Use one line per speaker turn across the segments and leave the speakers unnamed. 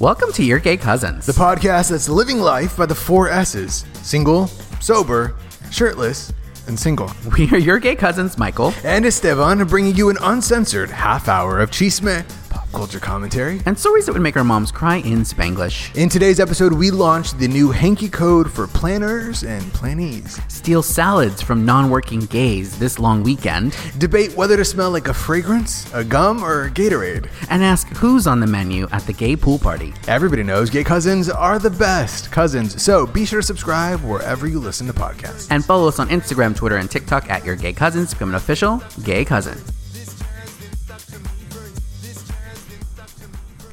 Welcome to Your Gay Cousins.
The podcast that's living life by the four S's single, sober, shirtless, and single.
we are Your Gay Cousins, Michael
And Esteban bringing you an uncensored half hour of chisme, pop culture commentary.
and stories that would make our moms cry in Spanglish.
In today's episode, we launched the new hanky code for planners and plannees.
Steal salads from non working gays this long weekend
Debate whether to smell like a fragrance, a gum, or a Gatorade.
and ask who's on the menu at the gay pool party.
Everybody knows gay cousins are the best cousins, so be sure to subscribe wherever you listen to podcasts.
And follow us on Instagram, Twitter, and TikTok at Your Gay Cousins. Become an official gay cousin.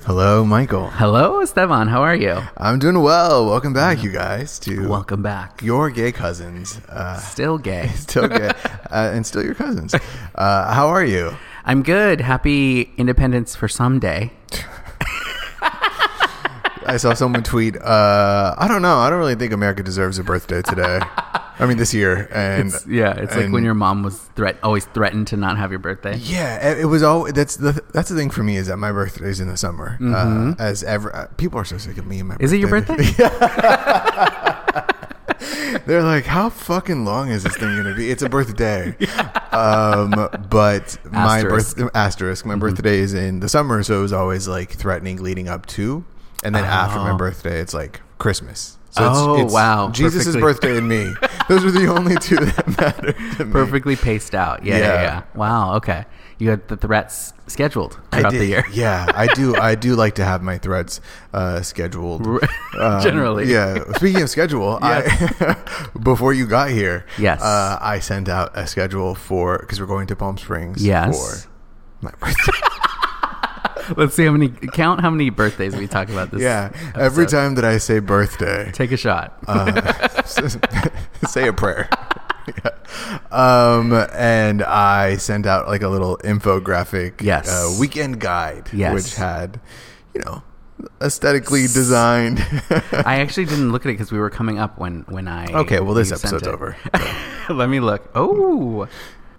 Hello, Michael.
Hello, Esteban. How are you?
I'm doing well. Welcome back, you guys, to
Welcome back.
your gay cousins. Uh,
Still gay.
still gay, uh, and still your cousins. Uh, how are you?
I'm good. Happy Independence for someday.
I saw someone tweet. Uh, I don't know. I don't really think America deserves a birthday today. I mean, this year. And
It's, yeah, it's like
and-
when your mom was threat always threatened to not have your birthday.
Yeah, it- it was all. That's the that's the thing for me is that my birthday is in the summer. Uh, as ever, uh, people are so sick of me and my.
Mm-hmm. Is it your birthday?
They're like, how fucking long is this thing gonna be? It's a birthday. Um, but my
Asterisk. Mm-hmm.
birth asterisk, my birthday is in the summer, so it was always like threatening leading up to, and then after my
Oh.
birthday, it's like Christmas.
Oh, wow.
Jesus'
Perfectly-
birthday and me. Those are the only two that matter. To me.
perfectly paced out. Yeah, yeah,
Yeah.
yeah. Wow. Okay. You had the threats scheduled
I
throughout the
did-
year.
yeah, I do. I do like to have my threads uh, scheduled. Um,
Generally.
yeah. Speaking of schedule, I, before you got here,
Yes.
uh, I sent out a schedule for because we're going to Palm Springs.
Yes.
for my birthday.
Let's see how many count how many birthdays we talk about this.
yeah, every
episode.
time that I say birthday,
Take a shot.
uh, say a prayer. Yeah. Um, and I sent out like a little infographic,
Yes.
uh, weekend guide,
Yes.
which had, you know, aesthetically designed.
I actually didn't look at it because we were coming up when when I
okay, well, this
you sent
episode's
it.
over.
Let me look. Oh,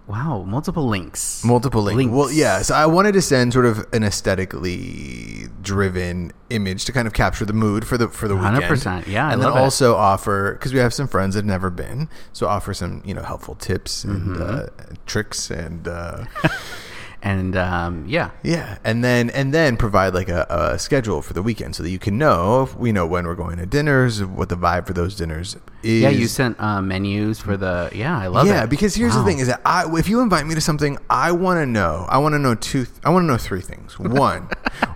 wow! Multiple links.
Multiple links.
Links.
Well, yeah. So I wanted to send sort of an aesthetically driven image to kind of capture the mood for the for the weekend.
100%. Yeah, I
and
love it.
then also offer because we have some friends that have never been, so offer some you know helpful tips and
Mm-hmm.
uh, tricks and uh,
and um, yeah,
yeah, and then and then provide like a, a schedule for the weekend so that you can know if we know when we're going to dinners, what the vibe for those dinners is.
yeah. You sent uh, menus for the yeah. I love it.
yeah, because here's
Wow.
the thing: is that I, if you invite me to something, I want to know. I want to know two. Th- I want to know three things. One,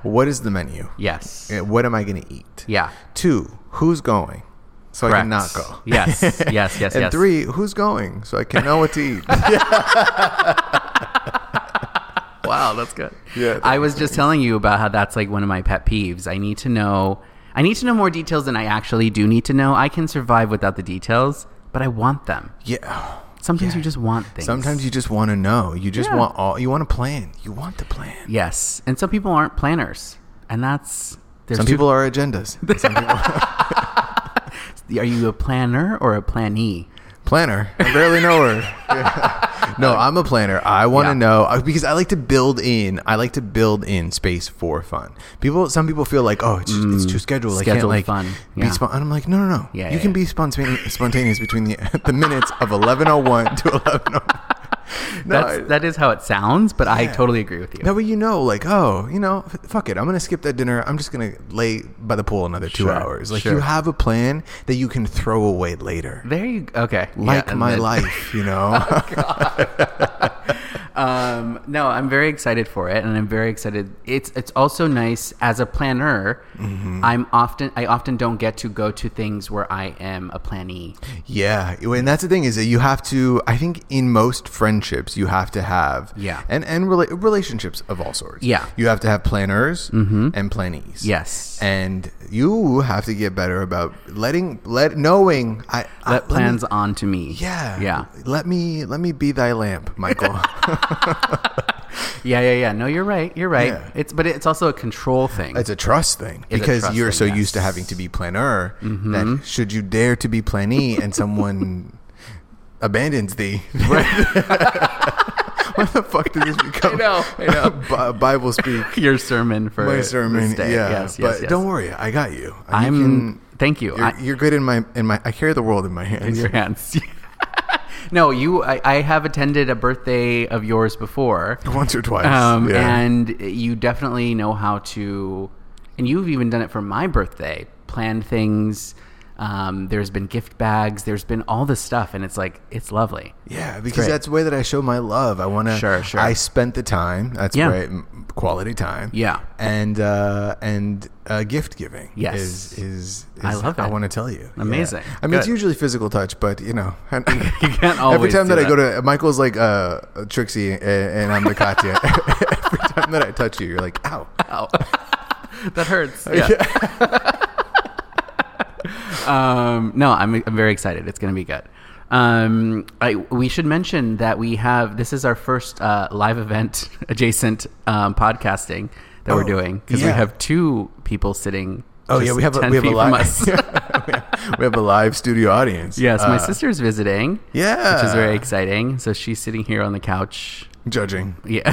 what is the menu?
yes.
Uh, What am I going to eat?
yeah.
Two, who's going? So I
Correct.
can not go.
Yes. Yes. Yes.
and
yes.
three, who's going? So I can know what to eat.
Wow, that's good.
Yeah,
I was just telling you about how that's like one of my pet peeves. I need to know I need to know more details than I actually do need to know. I can survive without the details, but I want them.
yeah.
Sometimes you just want things.
Sometimes you just want to know. You just
Yeah.
want all. You want to plan. You want the plan.
Yes. And some people aren't planners. And that's there's
Some
two-
people are agendas. Some people
are you a planner or a planee?
planner. I barely know her. Yeah. No, I'm a planner. I want to
Yeah.
know I- because I like to build in. I like to build in space for fun. People, some people feel like, oh, it's, it's too scheduled. I can't
Mm. scheduled
like
fun.
be
Yeah.
spon- And I'm like, no, no, no.
Yeah,
you
yeah,
can
yeah.
be spontaneous, spontaneous between the the minutes of 11:01 to 11:01. No,
That's
I-
that is how it sounds, but I
Yeah.
totally agree with you.
that way you know, like, oh, you know, f- fuck it. I'm gonna skip that dinner. I'm just gonna lay by the pool another two
Sure,
hours. Like
sure.
you have a plan that you can throw away later.
There you okay. Yeah,
Like
and
my
then-
life, you know.
Um, no, I'm very excited for it, and I'm very excited. It's it's also nice as a planner.
Mm-hmm.
I'm often I often don't get to go to things where I am a planee.
Yeah, and that's the thing is that you have to. I think in most friendships, you have to have
Yeah.
and and rela- relationships of all sorts.
Yeah. Mm-hmm.
you have to have planners and plannees.
Yes.
and you have to get better about letting let knowing I I-
Let
Uh, me-
plans on to me.
yeah,
yeah,
Let me let me be thy lamp, Michael.
yeah, yeah, yeah. No, you're right. You're right.
Yeah.
It's but it's also a control thing.
it's a trust thing
It's a
because
trust
you're
thing,
so used to
yes. Mm-hmm.
having to be planner that should you dare to be plannee and someone abandons thee. When the fuck did this become?
know, I know.
Bi- Bible speak.
your sermon for
My
this
sermon.
day.
Yeah.
Yes, yes,
but
yes.
don't worry, I got you. You
I'm.
can-
thank you.
you're,
I,
you're good in my in my. I carry the world in my
in
hands.
your hands. no, you. I, I have attended a birthday of yours before,
Once or twice.
um,
yeah.
and you definitely know how to. And you've even done it for my birthday. Planned things. Um, there's been gift bags. There's been all this stuff, and it's like it's lovely.
Yeah, because
great.
that's the way that I show my love. I want to.
Sure, sure.
I spent the time. That's
Yeah.
right. m- Quality time.
Yeah.
And uh, and uh, gift giving.
Yes.
Is, is,
I
is-
love
I
it.
want to tell you. Yeah.
Amazing.
I mean, it's
Good.
usually physical touch, but you know, you
can't always
Every time
do
that, I go to Michael's, like uh, Trixie, and, and I'm the Katya. every time that I touch you, you're like, ow.
Ow. Oh. that hurts. Yeah. um, no, I'm, I'm very excited. It's going to be good. Um, I, we should mention that we have this is our first uh, live event adjacent um, podcasting that
Oh,
we're doing because we
yeah.
have two people sitting.
Oh yeah,
just
we have a,
10
we have a
feet from
live
us.
we have a live studio audience.
yes, my
Uh,
sister's visiting.
Yeah,
Which is very exciting. So she's sitting here on the couch.
judging.
Yeah.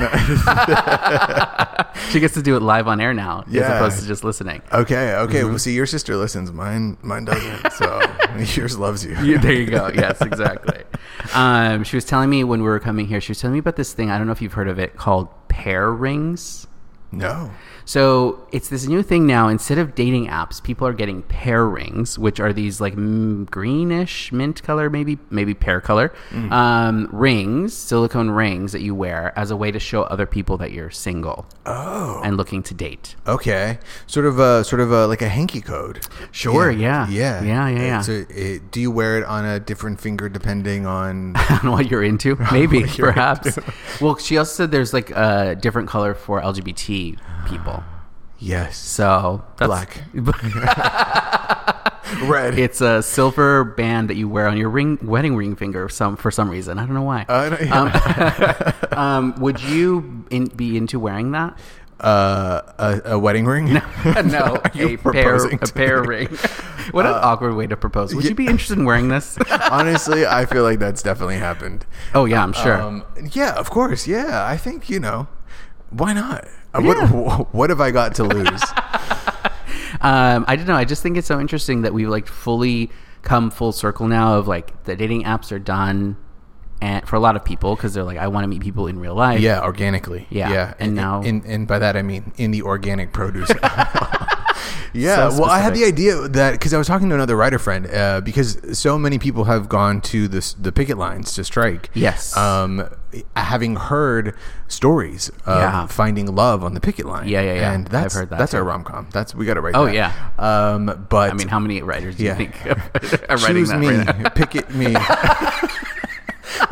she gets to do it live on air now as
Yeah.
opposed to just listening.
Okay, okay.
Mm-hmm.
Well, see, your sister listens. Mine, mine doesn't. So yours loves you.
Yeah, there you go. Yes, exactly. um, she was telling me when we were coming here, she was telling me about this thing. I don't know if you've heard of it called pair rings.
No.
So it's this new thing now. Instead of dating apps, people are getting pair rings, which are these like mm, greenish mint color, maybe maybe pear color um, rings, silicone rings that you wear as a way to show other people that you're single
Oh.
and looking to date.
Okay. Sort of a sort of a like a hanky code.
Sure, yeah.
Yeah.
Yeah, yeah, yeah.
So it, do you wear it on a different finger depending on?
on what you're into. Maybe, perhaps. Well, she also said there's like a different color for LGBT people.
yes.
So that's, black.
Red.
it's a silver band that you wear on your ring, wedding ring finger. Some for some reason, I don't know why.
I don't- Uh, yeah.
Um, um, would you in, be into wearing that?
uh, a, a wedding ring.
no,
Are you
a pair,
proposing
a
to
pair
me?
ring. Uh, what an awkward way to propose. Would you be interested in wearing this?
Honestly, I feel like that's definitely happened.
oh yeah, I'm sure.
Um, yeah, of course. Yeah, I think you know. Why not? Uh,
Yeah.
What What have I got to lose?
Um, I don't know. I just think it's so interesting that we've like fully come full circle now of like the dating apps are done, and for a lot of people because they're like, I want to meet people in real life.
yeah, organically.
Yeah,
yeah.
and now-
and, and by that I mean in the organic produce. Yeah,
So
well, I had the
specific.
idea that because I was talking to another writer friend, uh, because so many people have gone to the s- the picket lines to strike.
Yes.
um, having heard stories of
Yeah.
finding love on the picket line.
Yeah, yeah, yeah.
And
I've
that's
heard that
that's
too.
our rom com. That's we got to write.
Oh,
that.
yeah.
Um, but
I mean, how many writers do
Yeah.
you think are writing
choose
that
me,
right now?
picket me.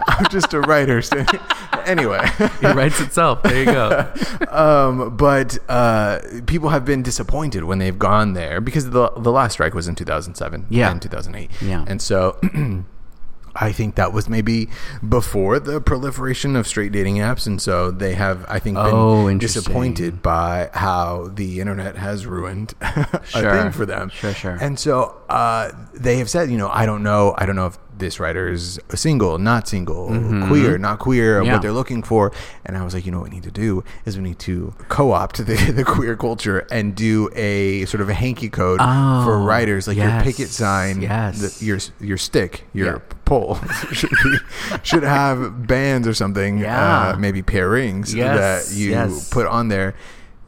I'm just a writer. so- anyway.
It writes itself. There you go.
um, but uh, people have been disappointed when they've gone there because the the last strike was in 2007
Yeah.
and 2008.
Yeah.
And so I think that was maybe before the proliferation of straight dating apps. And so they have, I think, been
Oh, interesting.
disappointed by how the internet has ruined a
Sure.
thing for them.
Sure, sure.
And so uh, they have said, you know, I don't know. I don't know if this writer is single, not single, queer, not queer,
Mm-hmm. Yeah.
what they're looking for. And I was like, you know what we need to do is we need to co-opt the, the queer culture and do a sort of a hanky code
Oh,
for writers, like your
yes,
picket sign,
yes.
the, your your stick, your
Yeah.
pole should, be, should have bands or something,
Yeah.
uh, maybe pair rings
Yes,
that you
yes.
put on there.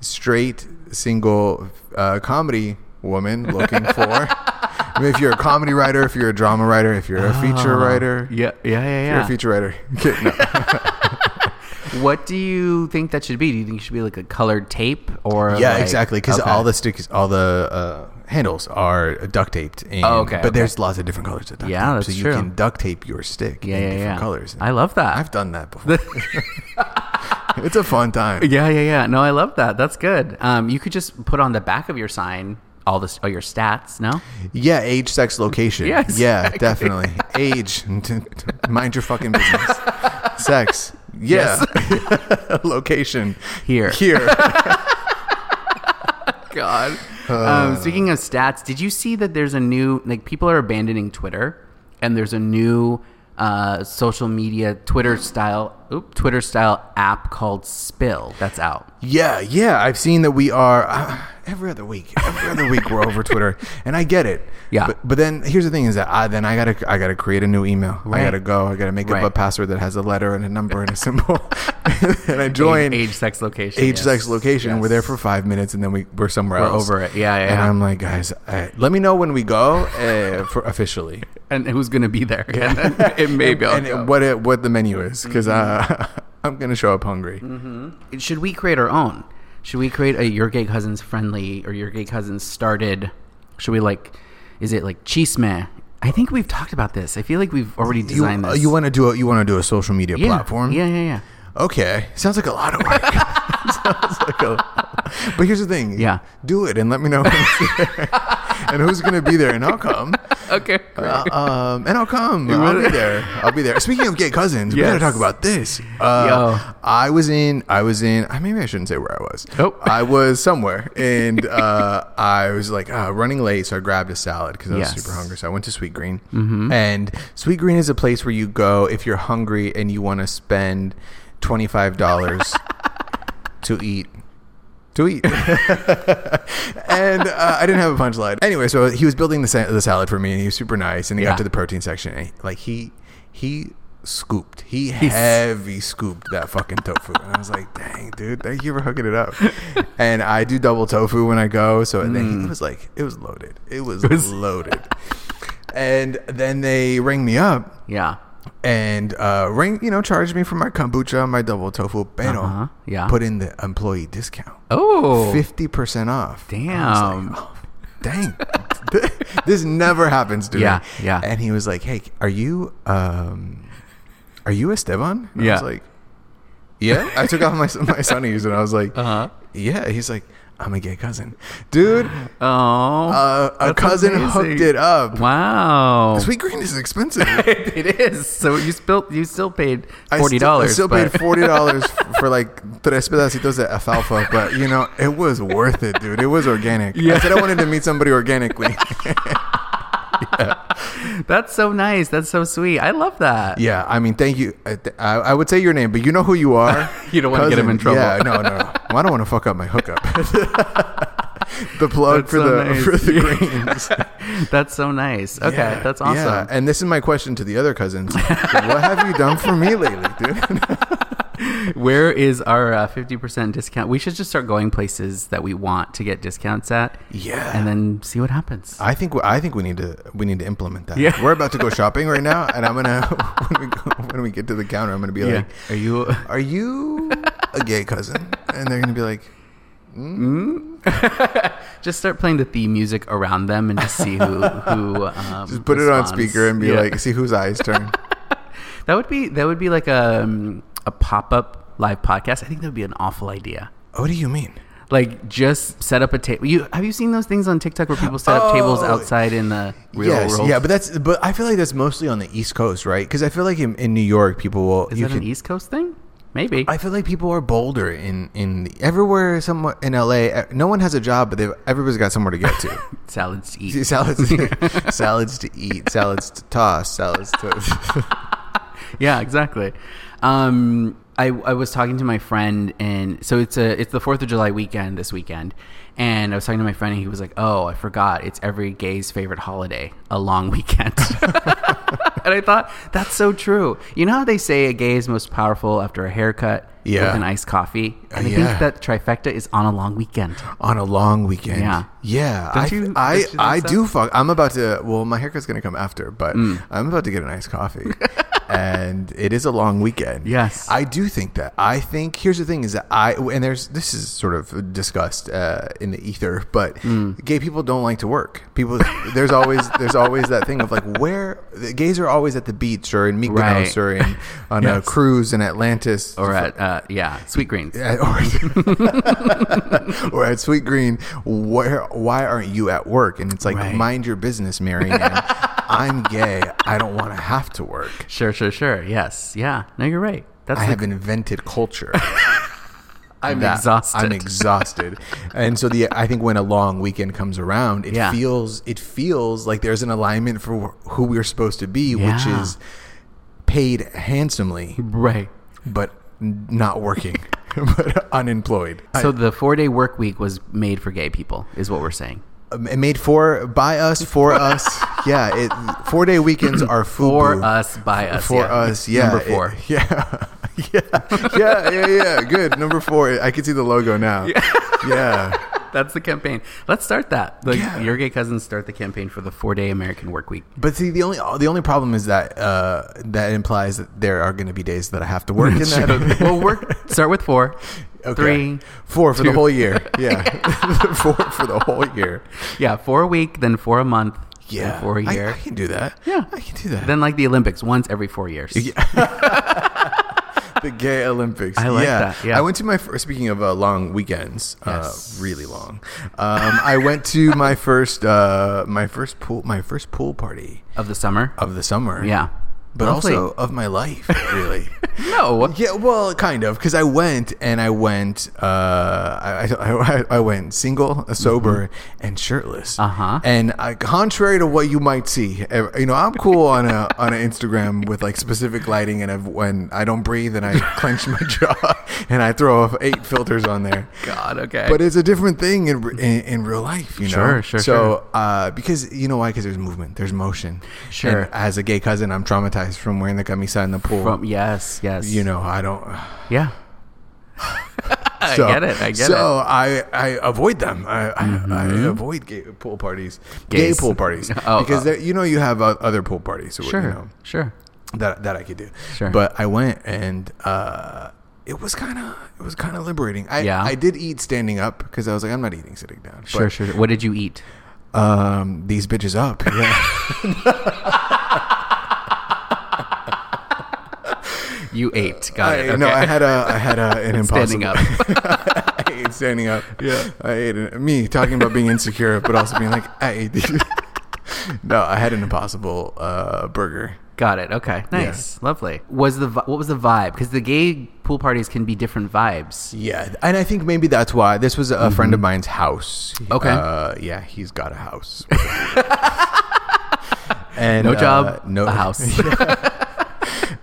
Straight single uh, comedy woman looking for. I mean, if you're a comedy writer, if you're a drama writer, if you're a feature writer,
Oh, Yeah, yeah,
if you're a
yeah,
feature writer. Okay, no.
yeah. What do you think that should be? Do you think it should be like a colored tape or?
Yeah,
like-
exactly. Because
Okay.
all the sticks, all the uh, handles are duct taped. And,
Oh, okay,
But
okay.
there's lots of different colors of duct
Yeah,
tape.
that's
so
true.
you can duct tape your stick
yeah,
in
yeah,
different
yeah.
colors.
I love that.
I've done that before. it's a fun time.
Yeah, yeah, yeah. No, I love that. That's good. Um, you could just put on the back of your sign all this, all your stats. No,
Yeah, age, sex, location.
Yes,
yeah,
exactly.
definitely. Age, mind your fucking business. sex, yeah. location,
Here.
here.
God.
Uh.
um, speaking of stats, did you see that there's a new like people are abandoning Twitter, and there's a new uh, social media Twitter style oop, Twitter style app called Spill that's out.
Yeah, yeah. I've seen that we are uh, every other week. Every other week we're over Twitter, and I get it.
Yeah.
But, but then here's the thing: is that I then I gotta I gotta create a new email. I gotta go. I gotta make up a
Right.
password that has a letter and a number and a symbol, and I join
age, age, sex, location.
age,
yes.
sex, location.
Yes.
We're there for five minutes, and then we we're somewhere
We're
else.
over it. Yeah, yeah.
And
yeah.
I'm like, guys, I, let me know when we go uh, for officially,
And, who's gonna be there? it may be. Mm-hmm.
and what it, what the menu is, because uh, I'm gonna show up hungry.
should we create our own? Should we create a your gay cousins friendly or your gay cousins started? Should we like? Is it like chisme? I think we've talked about this. I feel like we've already
You,
designed
uh,
this.
you want to do a, you want to do a social media
yeah.
platform?
Yeah, yeah, yeah.
Okay, sounds like a lot of work. sounds like a. But here's the thing.
Yeah.
do it and let me know who's there and who's gonna be there, and I'll come.
Okay.
Uh, um, and I'll come. I'll be there. I'll be there. Speaking of gay cousins, we gotta
Yes.
talk about this. Uh,
Yo.
I was in. I was in. I maybe I shouldn't say where I was.
Oh.
I was somewhere, and uh, I was like uh, running late, so I grabbed a salad because I was
Yes. Mm-hmm.
super hungry. So I went to Sweet Green, and Sweet Green is a place where you go if you're hungry and you want to spend twenty five dollars to eat to eat. and uh, I didn't have a punchline. Anyway, so he was building the, sa- the salad for me, and he was super nice. And he
Yeah.
got to the protein section, and he, like he he scooped, he
He's-
heavy scooped that fucking tofu, and I was like, "Dang, dude, thank you for hooking it up." and I do double tofu when I go, so then he was like, "It was loaded. It was,
Mm. was-
loaded." and then they rang me up.
yeah.
And uh, ring, you know, charged me for my kombucha, my double tofu, pero
Uh-huh, yeah.
put in the employee discount
Oh.
fifty percent off. I was
Damn.
like, "Oh, dang, this never happens to
Yeah,
me.
yeah.
And he was like, "Hey, are you, um, are you Esteban?" And I was
Yeah.
like, "Yeah." I took off my my sunnies and I was like,
Uh-huh.
"Yeah." He's like, "I'm a gay cousin, dude."
Oh.
Uh, a
That's
cousin
amazing.
hooked it up.
Wow.
Sweet green is expensive.
it is. So you still you still paid
I
forty
still-
dollars.
I still paid forty dollars for like tres pedacitos de alfalfa, but you know it was worth it, dude. It was organic. I
Yeah.
said I wanted to meet somebody organically.
That's so nice. That's so sweet. I love that.
yeah, I mean, thank you. I, th- I, I would say your name, but you know who you are.
You don't wanna get him in
Cousin. Yeah, no,
trouble.
no. Well, I don't want to fuck up my hookup. the plug
That's
for
so
the
nice.
for the
Yeah.
greens.
That's so nice. Okay,
Yeah,
that's
yeah.
awesome.
And this is my question to the other cousins: What have you done for me lately, dude?
Where is our uh, fifty percent discount? We should just start going places that we want to get discounts at,
yeah.
and then see what happens.
I think we, I think we need to we need to implement that.
Yeah.
We're about to go shopping right now, and I'm gonna when we go, when we get to the counter, I'm gonna be like,
Are you?
"Are you a gay cousin?" And they're gonna be like,
Hmm? Just start playing the theme music around them and just see who who. Um,
"Just put it on
responds.
speaker and be
Yeah.
like, see whose eyes turn."
that would be that would be like a um, a pop up live podcast. I think that would be an awful idea.
what do you mean?
Like just set up a table. You have you seen those things on TikTok where people set up tables
Oh.
outside in the real
yes,
world?
yeah, but that's but I feel like that's mostly on the East Coast, right? Because I feel like in, in New York, people will.
Is
you
that an E-
can-
East Coast thing? Maybe.
I feel like people are bolder in in the, everywhere. Somewhere in LA, eh, no one has a job, but they've everybody's got somewhere to get to.
Salads to eat.
See, salads, salads to eat, salads to toss, salads to.
yeah, exactly. Um, I, I was talking to my friend, and so it's a it's the Fourth of July weekend this weekend, and I was talking to my friend, and he was like, "Oh, I forgot. It's every gay's favorite holiday, a long weekend." and I thought that's so true. You know how they say a gay is most powerful after a haircut
Yeah.
with an iced coffee, and I
yeah.
think that trifecta is on a long weekend.
on a long weekend.
Yeah.
yeah.
Don't
I,
you-
I,
don't you
I
think so?
do fuck. I'm about to. Well, my haircut's gonna come after, but
Mm.
I'm about to get a nice coffee, and it is a long weekend.
Yes.
I do think that. I think here's the thing: is that I and there's this is sort of discussed uh, in the ether, but
Mm.
gay people don't like to work. People, there's always there's always that thing of like where the gays are always at the beach or in Mykonos
Right.
or in, on a
Yes.
cruise in Atlantis
Or at uh, yeah, sweet greens.
at- or, or at Sweet Green, where why aren't you at work? And it's like,
Right.
mind your business, Mary. Ann. I'm gay. I don't want to have to work.
Sure, sure, sure. Yes, yeah. No, you're right. That's
I
the-
have invented culture.
I'm
That-
exhausted.
I'm exhausted, and so the I think when a long weekend comes around, it
Yeah.
feels it feels like there's an alignment for who we're supposed to be, which
Yeah.
is paid handsomely
right.
but n- not working, but unemployed.
So the four day work week was made for gay people, is what we're saying.
Um, It made for by us for us. Yeah, it four day weekends are
For
FUBU.
us, by us.
for
yeah.
us. Yeah,
Number
it-
four.
yeah. Yeah, yeah, yeah, yeah. Good number four. I can see the logo now. yeah,
That's the campaign. Let's start that. The,
Yeah.
Your gay cousins start the campaign for the four day American work week.
but see, the only the only problem is that uh, that implies that there are going to be days that I have to work in that.
we'll work. Start with four, three.
four for the
two.
whole year. Yeah, four for the whole year.
Yeah, four a week, then four a month,
Yeah,
then four a
I-
year.
I, can do that.
Yeah.
I can do that.
then like the Olympics, once every four years.
the Gay Olympics.
I like that, yeah.
I went to my first. Speaking of uh, long weekends,
Yes.
uh, really long. Um, I went to my first, uh, my first pool, my first pool party
Of the summer.
of the summer.
yeah.
but
Lovely.
also of my life, really.
no.
yeah, well, kind of, because I went and I went, uh, I, I, I- I went single, uh, sober, and shirtless.
Mm-hmm. Uh-huh.
And I, contrary to what you might see, eh, you know, I'm cool on a on an Instagram with like specific lighting, and I've, when I don't breathe and I clench my jaw and I throw off eight filters on there.
God. Okay.
But it's a different thing in, in, in real life, you
Sure,
know.
sure,
So,
sure.
Uh, because you know why? Because there's movement, there's motion.
Sure.
And as a gay cousin, I'm traumatized from wearing the camisa in the pool.
From, yes. Yes.
you know, I don't.
Yeah. I
So-
get it. I get it. Mm-hmm.
So I I avoid them. I, I, I avoid gay pool parties, gay
Gays.
pool parties,
Oh,
because
uh,
there- you know you have o- other pool parties. so, you
Sure.
know,
Sure.
that that I could do.
Sure.
But I went and uh, it was kind of it was kind of liberating. I
Yeah.
I did eat standing up because I was like I'm not eating sitting down. But,
Sure. Sure. sure. What did you eat?
Um, these bitches up. Yeah.
You ate. Got
I,
it. Okay.
No, I had a I had a an impossible.
Standing up.
I ate standing up. Yeah. I ate it. Me talking about being insecure, but also being like, I ate these. no, I had an impossible uh, burger.
Got it. Okay. Nice. Lovely. Was the vi- what was the vibe? Because the gay pool parties can be different vibes.
Yeah. And I think maybe that's why this was a friend of mine's house.
Okay.
Uh, yeah, he's got a house. and
No
uh,
job.
no
a house.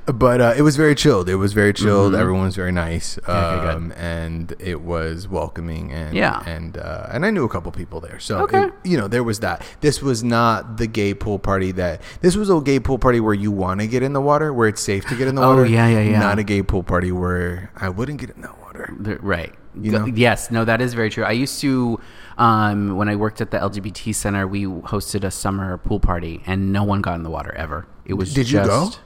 But uh, it was very chilled. It was very chilled. Everyone was very nice,
Mm-hmm. okay, good.
um, and it was welcoming. And
Yeah.
and uh, and I knew a couple people there, so
Okay.
it- you know there was that. This was not the gay pool party that. This was a gay pool party where you want to get in the water, where it's safe to get in the
Oh,
water.
yeah, yeah, yeah.
Not a gay pool party where I wouldn't get in the water.
The- right.
You
Go-
know?
Yes. No, that is very true. I used to, um, when I worked at the LGBT center, we hosted a summer pool party, and no one got in the water ever. It was.
Did you go?
just-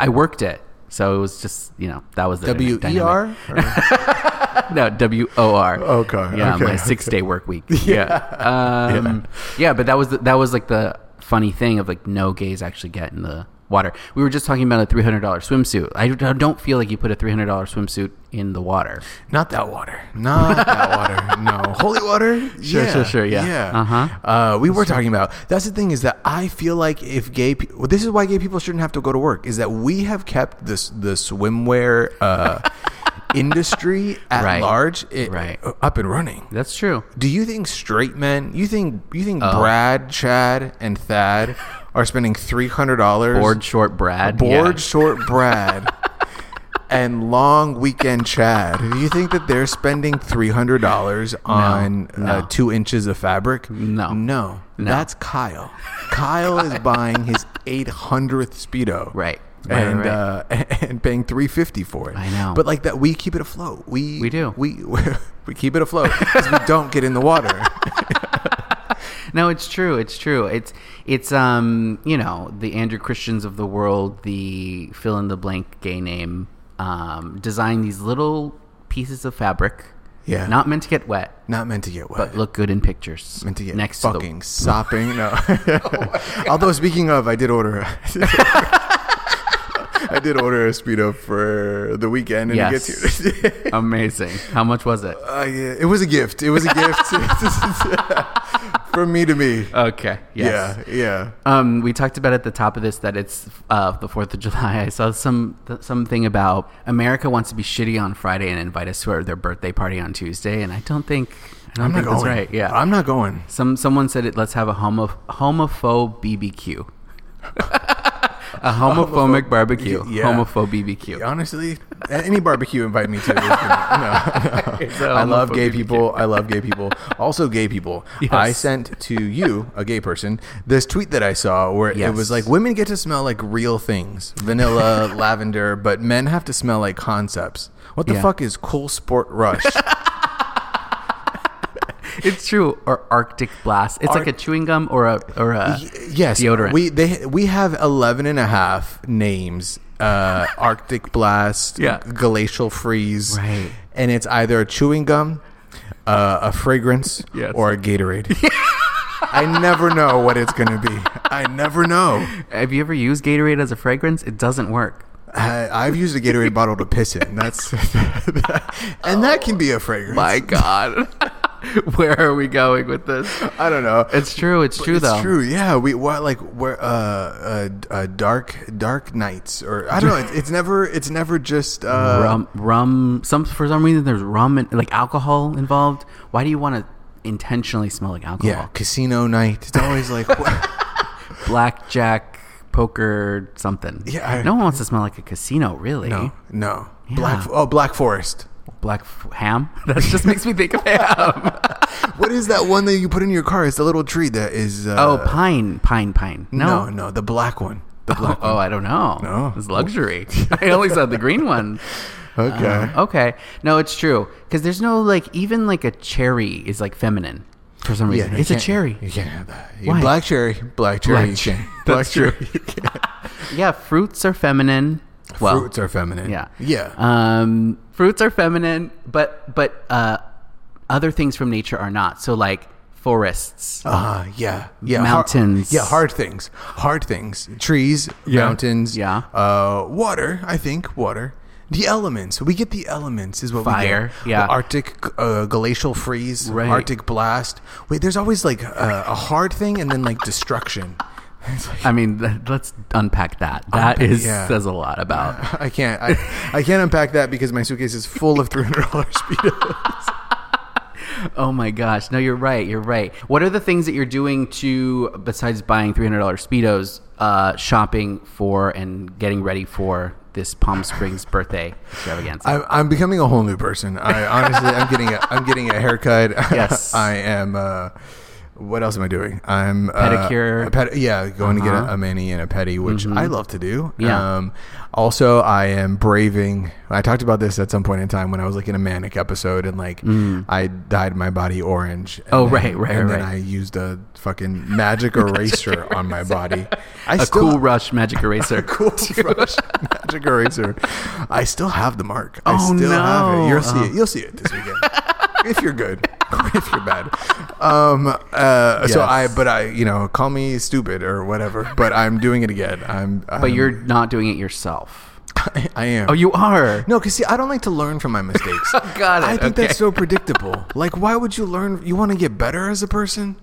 I worked it, so it was just you know that was the dyna-
W E
dynamic.
R.
no W O R.
Okay,
Yeah,
okay,
my
okay.
six day work week. Yeah. Um, yeah. but that was the, that was like the funny thing of like no gays actually get in the water. We were just talking about a three hundred dollar swimsuit. I d- I don't feel like you put a three hundred dollar swimsuit in the water.
Not that water. Not that water. No. Holy water?
Sure, sure, sure, yeah.
Yeah.
Uh-huh.
Uh, we were talking about that's the thing is that I feel like if gay pe- well, this is why gay people shouldn't have to go to work is that we have kept this the swimwear uh, industry at
Right.
large i- uh,
Right.
up and running.
That's true.
Do you think straight men? You think you think
Oh.
Brad, Chad, and Thad are spending three hundred dollars
Board short Brad.
board
yeah.
short Brad and long weekend Chad. Do you think that they're spending three hundred dollars on
no.
Uh, two inches of fabric?
No.
no,
No.
That's Kyle. Kyle is buying his eight hundredth speedo.
Right. Right,
And
right.
Uh, and paying three fifty for it.
I know.
but like that, we keep it afloat. We
We do.
We we keep it afloat because we don't get in the water.
No, it's true. It's true. It's it's um you know the Andrew Christians of the world, the fill in the blank gay name, um, design these little pieces of fabric,
Yeah.
not meant to get wet,
Not meant to get wet.
but look good in pictures.
meant to get
next to
fucking sopping. No. Although speaking of, I did order. I did order a speedo for the weekend, and
Yes.
it gets here.
the, amazing. How much was it?
uh, yeah, it was a gift. It was a gift from me to me.
Okay. Uh, Yes.
Yeah, yeah.
Um, we talked about at the top of this that it's uh, the Fourth of July. I saw some th- something about America wants to be shitty on Friday and invite us to our, their birthday party on Tuesday, and I don't think I don't
I'm not
think that's
going.
right. Yeah,
I'm not going.
Some someone said it. Let's have a homo homophobe BBQ. A homophobic barbecue.
Yeah.
Homophobe BBQ.
Honestly, any barbecue invite me to. is gonna- no, no.
It's a
I love
homophobe
gay
BBQ.
people. I love gay people. Also, gay people.
Yes.
I sent to you, a gay person, this tweet that I saw where it
Yes.
was like women get to smell like real things, vanilla, lavender, but men have to smell like concepts. What the
Yeah.
fuck is Cool Sport Rush?
It's true. Or Arctic Blast. It's like
Arc-
a chewing gum or a or a
yes,
deodorant.
We they we have 11 and a half names. Uh, Arctic blast,
Yeah.
glacial freeze,
Right.
and it's either a chewing gum, uh, a fragrance,
Yes.
or a Gatorade. I never know what it's gonna be. I never know.
Have you ever used Gatorade as a fragrance? It doesn't work.
I, I've used a Gatorade bottle to piss in. That's and that can be a fragrance.
My God. Where are we going with this?
I don't know.
It's true. It's true,
it's
though.
true. Yeah, we what like where uh, uh, d- uh dark dark nights or I don't know. It's, it's never it's never just uh,
rum, rum. Some for some reason there's rum and like alcohol involved. Why do you want to intentionally smell like alcohol?
yeah casino night. It's always like what,
blackjack, poker, something.
Yeah, I-
no one wants to smell like a casino, really.
no no
Yeah.
black oh Black Forest.
Black f- ham. That just makes me think of ham.
What is that one that you put in your car? It's the little tree that is uh,
oh, pine, pine, pine.
no.
No.
no the black one the black
Oh, I don't know.
No.
it's luxury. I only saw the green one.
one. okay
Uh, okay. No, it's true because there's no like even like a cherry is like feminine for some reason.
no, you
it's a
can't-
cherry.
you can't have that You-
Why?
black cherry black cherry
Black
you
cherry.
can't. black
That's true.
cherry, you can't.
Yeah, fruits are feminine. Well,
fruits are feminine
Yeah.
yeah
Um, fruits are feminine, but but uh, other things from nature are not. So like forests.
Uh, yeah, yeah,
Uh-huh. Mountains.
Hard, yeah, hard things, hard things. Trees,
Yeah.
mountains,
Yeah.
Uh, water. I think water. The elements. We get the elements. Is what
Fire,
we get.
yeah.
The Arctic uh, glacial freeze.
Right.
Arctic blast. Wait, there's always like a, a hard thing and then like destruction. It's like,
I mean, th- let's unpack that. That
Unpack-
is
yeah.
says a lot about.
I can't. I, I can't unpack that because my suitcase is full of three hundred dollars.
Oh my gosh! No, you're right. You're right. What are the things that you're doing to besides buying three hundred dollars speedos, uh, shopping for and getting ready for this Palm Springs birthday extravaganza?
I'm, I'm becoming a whole new person. I honestly, I'm getting a, I'm getting a haircut.
Yes.
I am. Uh, what else am I doing? I'm uh,
Pedicure.
a pedi- yeah, going to get
Uh-huh. Mm-hmm.
a, a mani and a pedi, which I love to do.
Yeah.
Um, also, I am braving. I talked about this at some point in time when I was like in a manic episode and like I dyed my body orange. and
Mm. Oh,
then-
right, right,
And then
right.
I used a fucking magic eraser on my body. I
A
still
cool rush magic eraser.
cool brush magic eraser. I still have the mark. I
Oh,
still have it.
no. Uh-huh.
You'll see it. You'll see it this weekend. if you're good. or if you're bad. Um uh so
Yes.
I but I you know, call me stupid or whatever, but I'm doing it again. I'm, i
But you're not doing it yourself.
I, am.
Oh, you are.
No, because see, I don't like to learn from my mistakes.
Got it,
I think
okay.
that's so predictable. Like, why would you learn? You want to get better as a person?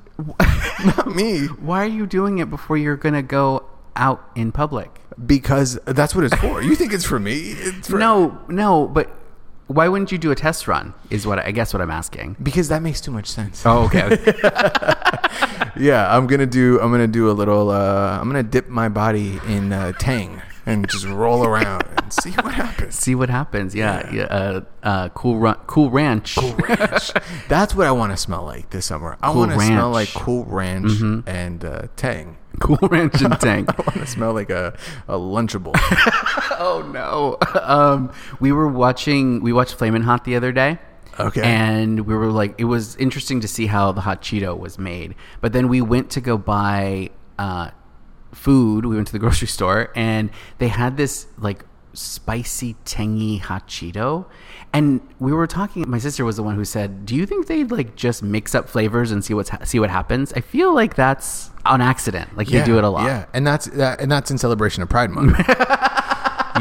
Not me.
Why are you doing it before you're gonna go out in public?
Because that's what it's for. You think it's for me? It's for
No, no, but why wouldn't you do a test run? Is what I I guess what I'm asking.
Because that makes too much sense.
Oh, okay.
yeah, I'm gonna do. I'm gonna do a little. Uh, I'm gonna dip my body in uh, Tang and just roll around and see what happens.
See what happens. Yeah, yeah. uh, uh, cool, run, cool ranch.
Ranch. That's what I want to smell like this summer. I
Cool
want to smell like
ranch. Mm-hmm.
cool ranch and uh, Tang.
cool ranch and tank.
I want to smell like a, a Lunchable.
oh no. Um, we were watching. We watched Flamin' Hot the other day.
Okay.
And we were like, it was interesting to see how the hot Cheeto was made. But then we went to go buy uh, food. We went to the grocery store, and they had this like spicy, tangy hot Cheeto. And we were talking. My sister was the one who said, "Do you think they'd like just mix up flavors and see what's ha- see what happens?" I feel like that's on accident. Like they do it a lot.
Yeah, and that's that, and that's in celebration of Pride Month.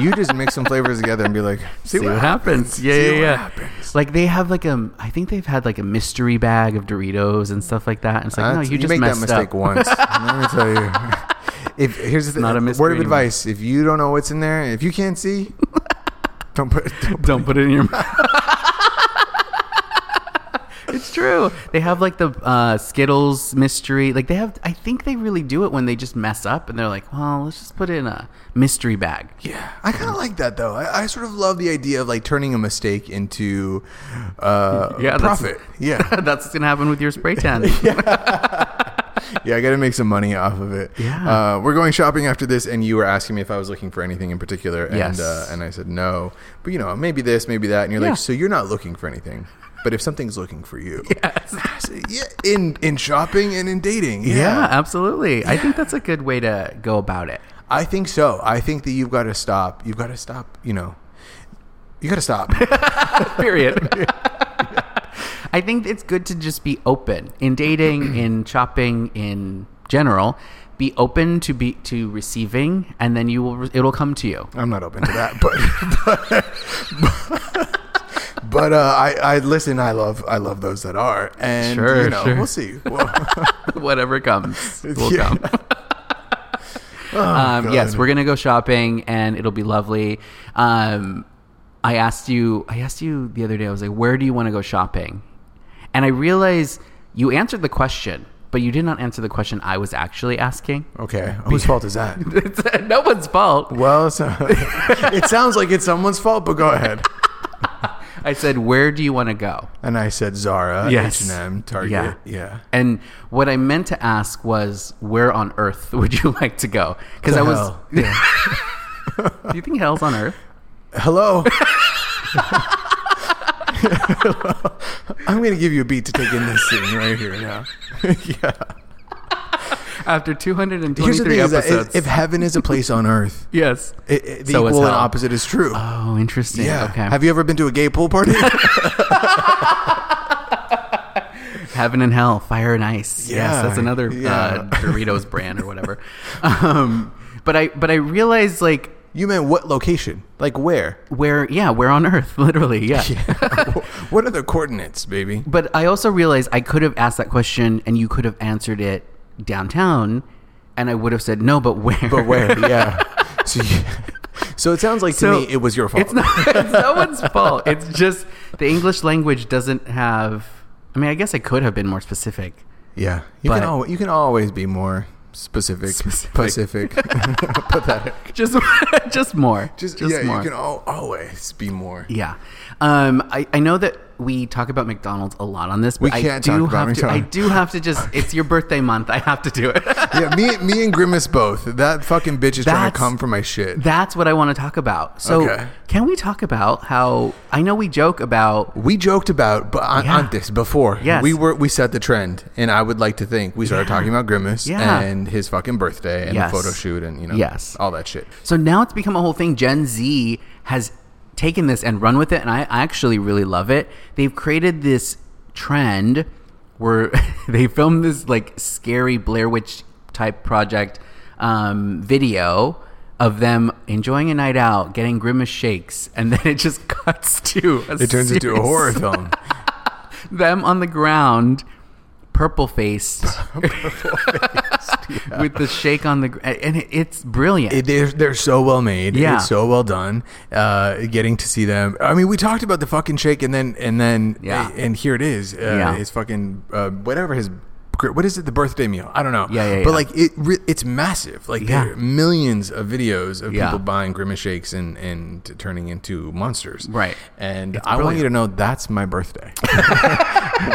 you just mix some flavors together and be like,
See, what happens. Yeah,
See
yeah,
what
yeah.
happens.
Like they have like a, I think they've had like a mystery bag of Doritos and stuff like that. And it's like, no,
That's-
you, just
make that
messed
mistake
up.
once. Let me tell you. If here's the
not a mystery
word of
anymore.
advice: if you don't know what's in there, if you can't see, don't put. Don't,
Don't put it in your mouth. it It's true. They have like the uh, Skittles mystery. Like they have, I think they really do it when they just mess up and they're like, well, let's just put it in a mystery bag.
Yeah, I kind of like that though. I, I sort of love the idea of like turning a mistake into uh,
Yeah, that's-
profit. Yeah,
That's what's gonna happen with your spray tan.
yeah, I got to make some money off of it.
Yeah.
uh, we're going shopping after this, and you were asking me if I was looking for anything in particular, and
Yes.
uh, and I said no. But you know, maybe this, maybe that, and you're
Yeah.
like, so you're not looking for anything. But if something's looking for you, I said, yeah, in in shopping and in dating,
Yeah, absolutely. I think that's a good way to go about it.
I think so. I think that you've got to stop. You've got to stop. You know, you got to stop.
Period. I think it's good to just be open in dating, in shopping, in general. Be open to be to receiving, and then you will. It'll come to you.
I'm not open to that, but but, but uh, I I listen. I love I love those that are, and
Sure,
you know
sure.
we'll see. Well,
Whatever comes will
yeah.
come.
Oh,
um,
God.
yes, we're gonna go shopping, and it'll be lovely. Um, I asked you, I asked you the other day. I was like, "Where do you want to go shopping?" And I realized you answered the question, but you did not answer the question I was actually asking.
okay. Whose fault is that?
It's uh, no one's fault.
Well, it's, uh, it sounds like it's someone's fault, but go ahead.
I said, "Where do you want to go?"
And I said Zara,
Yes.
H and M, Target.
Yeah.
Yeah.
And what I meant to ask was, "Where on earth would you like to go?" Because I
To
was.
hell.
do you think hell's on earth?
Hello. I'm going to give you a beat to take in this scene right here now. yeah.
After 223
Here's the thing: is that
episodes.
if, if heaven is a place on earth,
yes.
it, it- the
So is
equal and
hell.
opposite is true.
Oh, interesting.
yeah.
Okay.
Have you ever been to a gay pool party?
Heaven and Hell, Fire and Ice. Yes,
Yeah,
that's another uh,
yeah.
Doritos brand or whatever. Um, but I but I realized like
you meant what location? Like where?
where yeah where on earth literally yeah.
what are the coordinates, baby?
But I also realized I could have asked that question and you could have answered it downtown, and I would have said no, but where?
But where? Yeah. so, you, so it sounds like to
So,
me it was your fault.
It's not it's no one's fault. It's just the English language doesn't have. I mean, I guess I could have been more specific.
yeah. You
But-
can al- you can always be more specific.
Specific.
Pacific. Pathetic.
Just just more.
Just,
just
yeah.
more.
You can al- always be more.
Yeah. Um, I, I know that we talk about McDonald's a lot on this, but
We
I
can't
do
talk about
have to, I
McDonald's.
do have to just, it's your birthday month. I have to do it.
yeah. Me me and Grimace both. That fucking bitch is trying
That's-
to come for my shit.
That's what I want to talk about. So
Okay.
can we talk about how, I know we joke about,
We joked about but on,
Yeah.
on this before.
Yes.
We were we set the trend and I would like to think we started talking about Grimace
Yeah.
and his fucking birthday and
Yes.
the photo shoot and you know
Yes.
all that shit.
so now it's become a whole thing. Gen Z has taken this and run with it. And I actually really love it. They've created this trend where they filmed this like scary Blair Witch type project um, video of them enjoying a night out, getting grimace shakes, and then it just cuts to a
It turns into a
serious-
horror film.
Them on the ground, purple faced, with the shake on the gr- and it, it's brilliant.
It- they're they're so well made.
Yeah.
It's so well done. Uh, getting to see them. I mean, we talked about the fucking shake and then and then
Yeah.
and here it is. Uh,
Yeah.
His fucking uh, whatever his. What is it? The birthday meal? I don't know.
Yeah, yeah,
But
yeah.
like it, re- it's massive. Like
Yeah.
there are millions of videos of
Yeah.
people buying grimace shakes and and turning into monsters.
Right.
And I want you to know that's my birthday.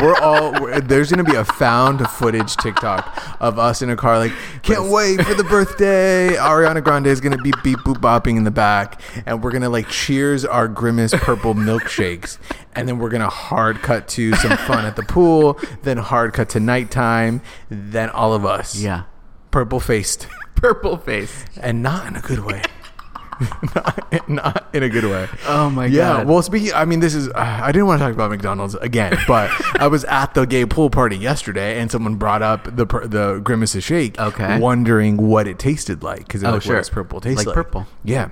we're all we're, there's gonna be a found footage TikTok of us in a car like can't wait for the birthday. Ariana Grande is gonna be beep boop bopping in the back, and we're gonna like cheers our grimace purple milkshakes, and then we're gonna hard cut to some fun at the pool, then hard cut to nighttime, then all of us
yeah,
purple faced,
purple face.
and not in a good way. not, not in a good way.
Oh my
Yeah,
god.
well, speaking, I mean, this is, uh, I didn't want to talk about McDonald's again, but I was at the gay pool party yesterday and someone brought up the pur- the Grimace's shake,
Okay.
wondering what it tasted like because
Oh,
oh, like,
sure.
what does purple taste
Like
like?
purple.
Yeah.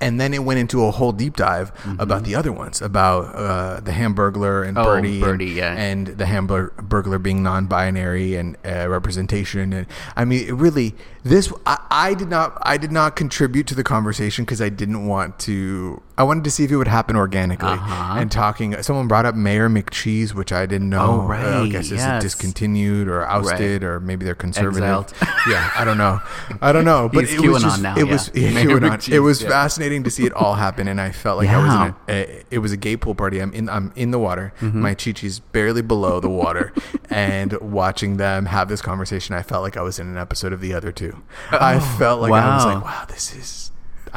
And then it went into a whole deep dive about the other ones, about uh, the Hamburglar
Mm-hmm.
and
Oh,
Birdie,
Birdie,
and,
yeah.
and the Hamburglar being non-binary and uh, representation. And I mean, it really, This I, I did not I did not contribute to the conversation because I didn't want to. I wanted to see if it would happen organically.
Uh-huh.
And talking, someone brought up Mayor McCheese, which I didn't know. Uh,
Oh, right,
I guess
yes.
it's discontinued or ousted or maybe they're conservative.
Exiled.
yeah, I don't know. I don't know. But
He's
it was
QAnon
just,
now,
It
yeah.
was
Mayor
QAnon. It
McCheese,
was
yeah.
fascinating to see it all happen, and I felt like I was
Yeah. Mm-hmm.
in a uh, it was a gay pool party. I'm in I'm in the water. My chichi's barely below the water, and watching them have this conversation, I felt like I was in an episode of the other two. I felt like I was
Oh, wow.
like, wow, this is.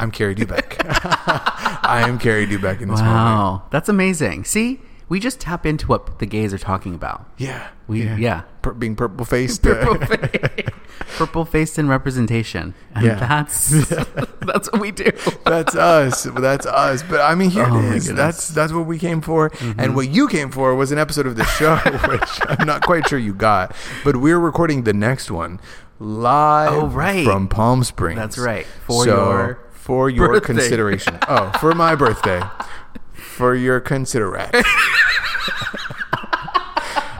I'm Carrie Dubeck. I am Carrie Dubeck in this moment.
Wow, that's amazing. See, we just tap into what the gays are talking about.
Yeah,
We yeah,
Pur- being purple faced.
purple face, purple faced in representation, and
Yeah.
that's that's what we do.
That's us. That's us. But I mean, here
Oh my
it is.
goodness. Mm-hmm.
That's that's what we came for, and what you came for was an episode of the show, which I'm not quite sure you got. But we're recording the next one live
Oh, right.
from Palm Springs.
That's right. For
So,
your
for your
birthday.
consideration. oh, for my birthday. For your considerate.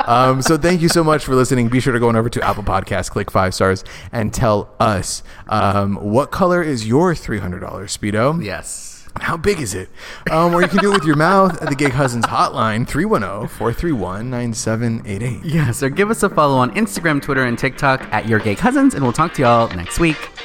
Um, so thank you so much for listening. Be sure to go on over to Apple Podcasts, click five stars, and tell us um, what color is your three hundred dollars speedo.
yes.
How big is it? Um, or you can do it with your mouth at the Gay Cousins Hotline 310 431 9788.
Yes, or give us a follow on Instagram, Twitter, and TikTok at Your Gay Cousins, and we'll talk to y'all next week.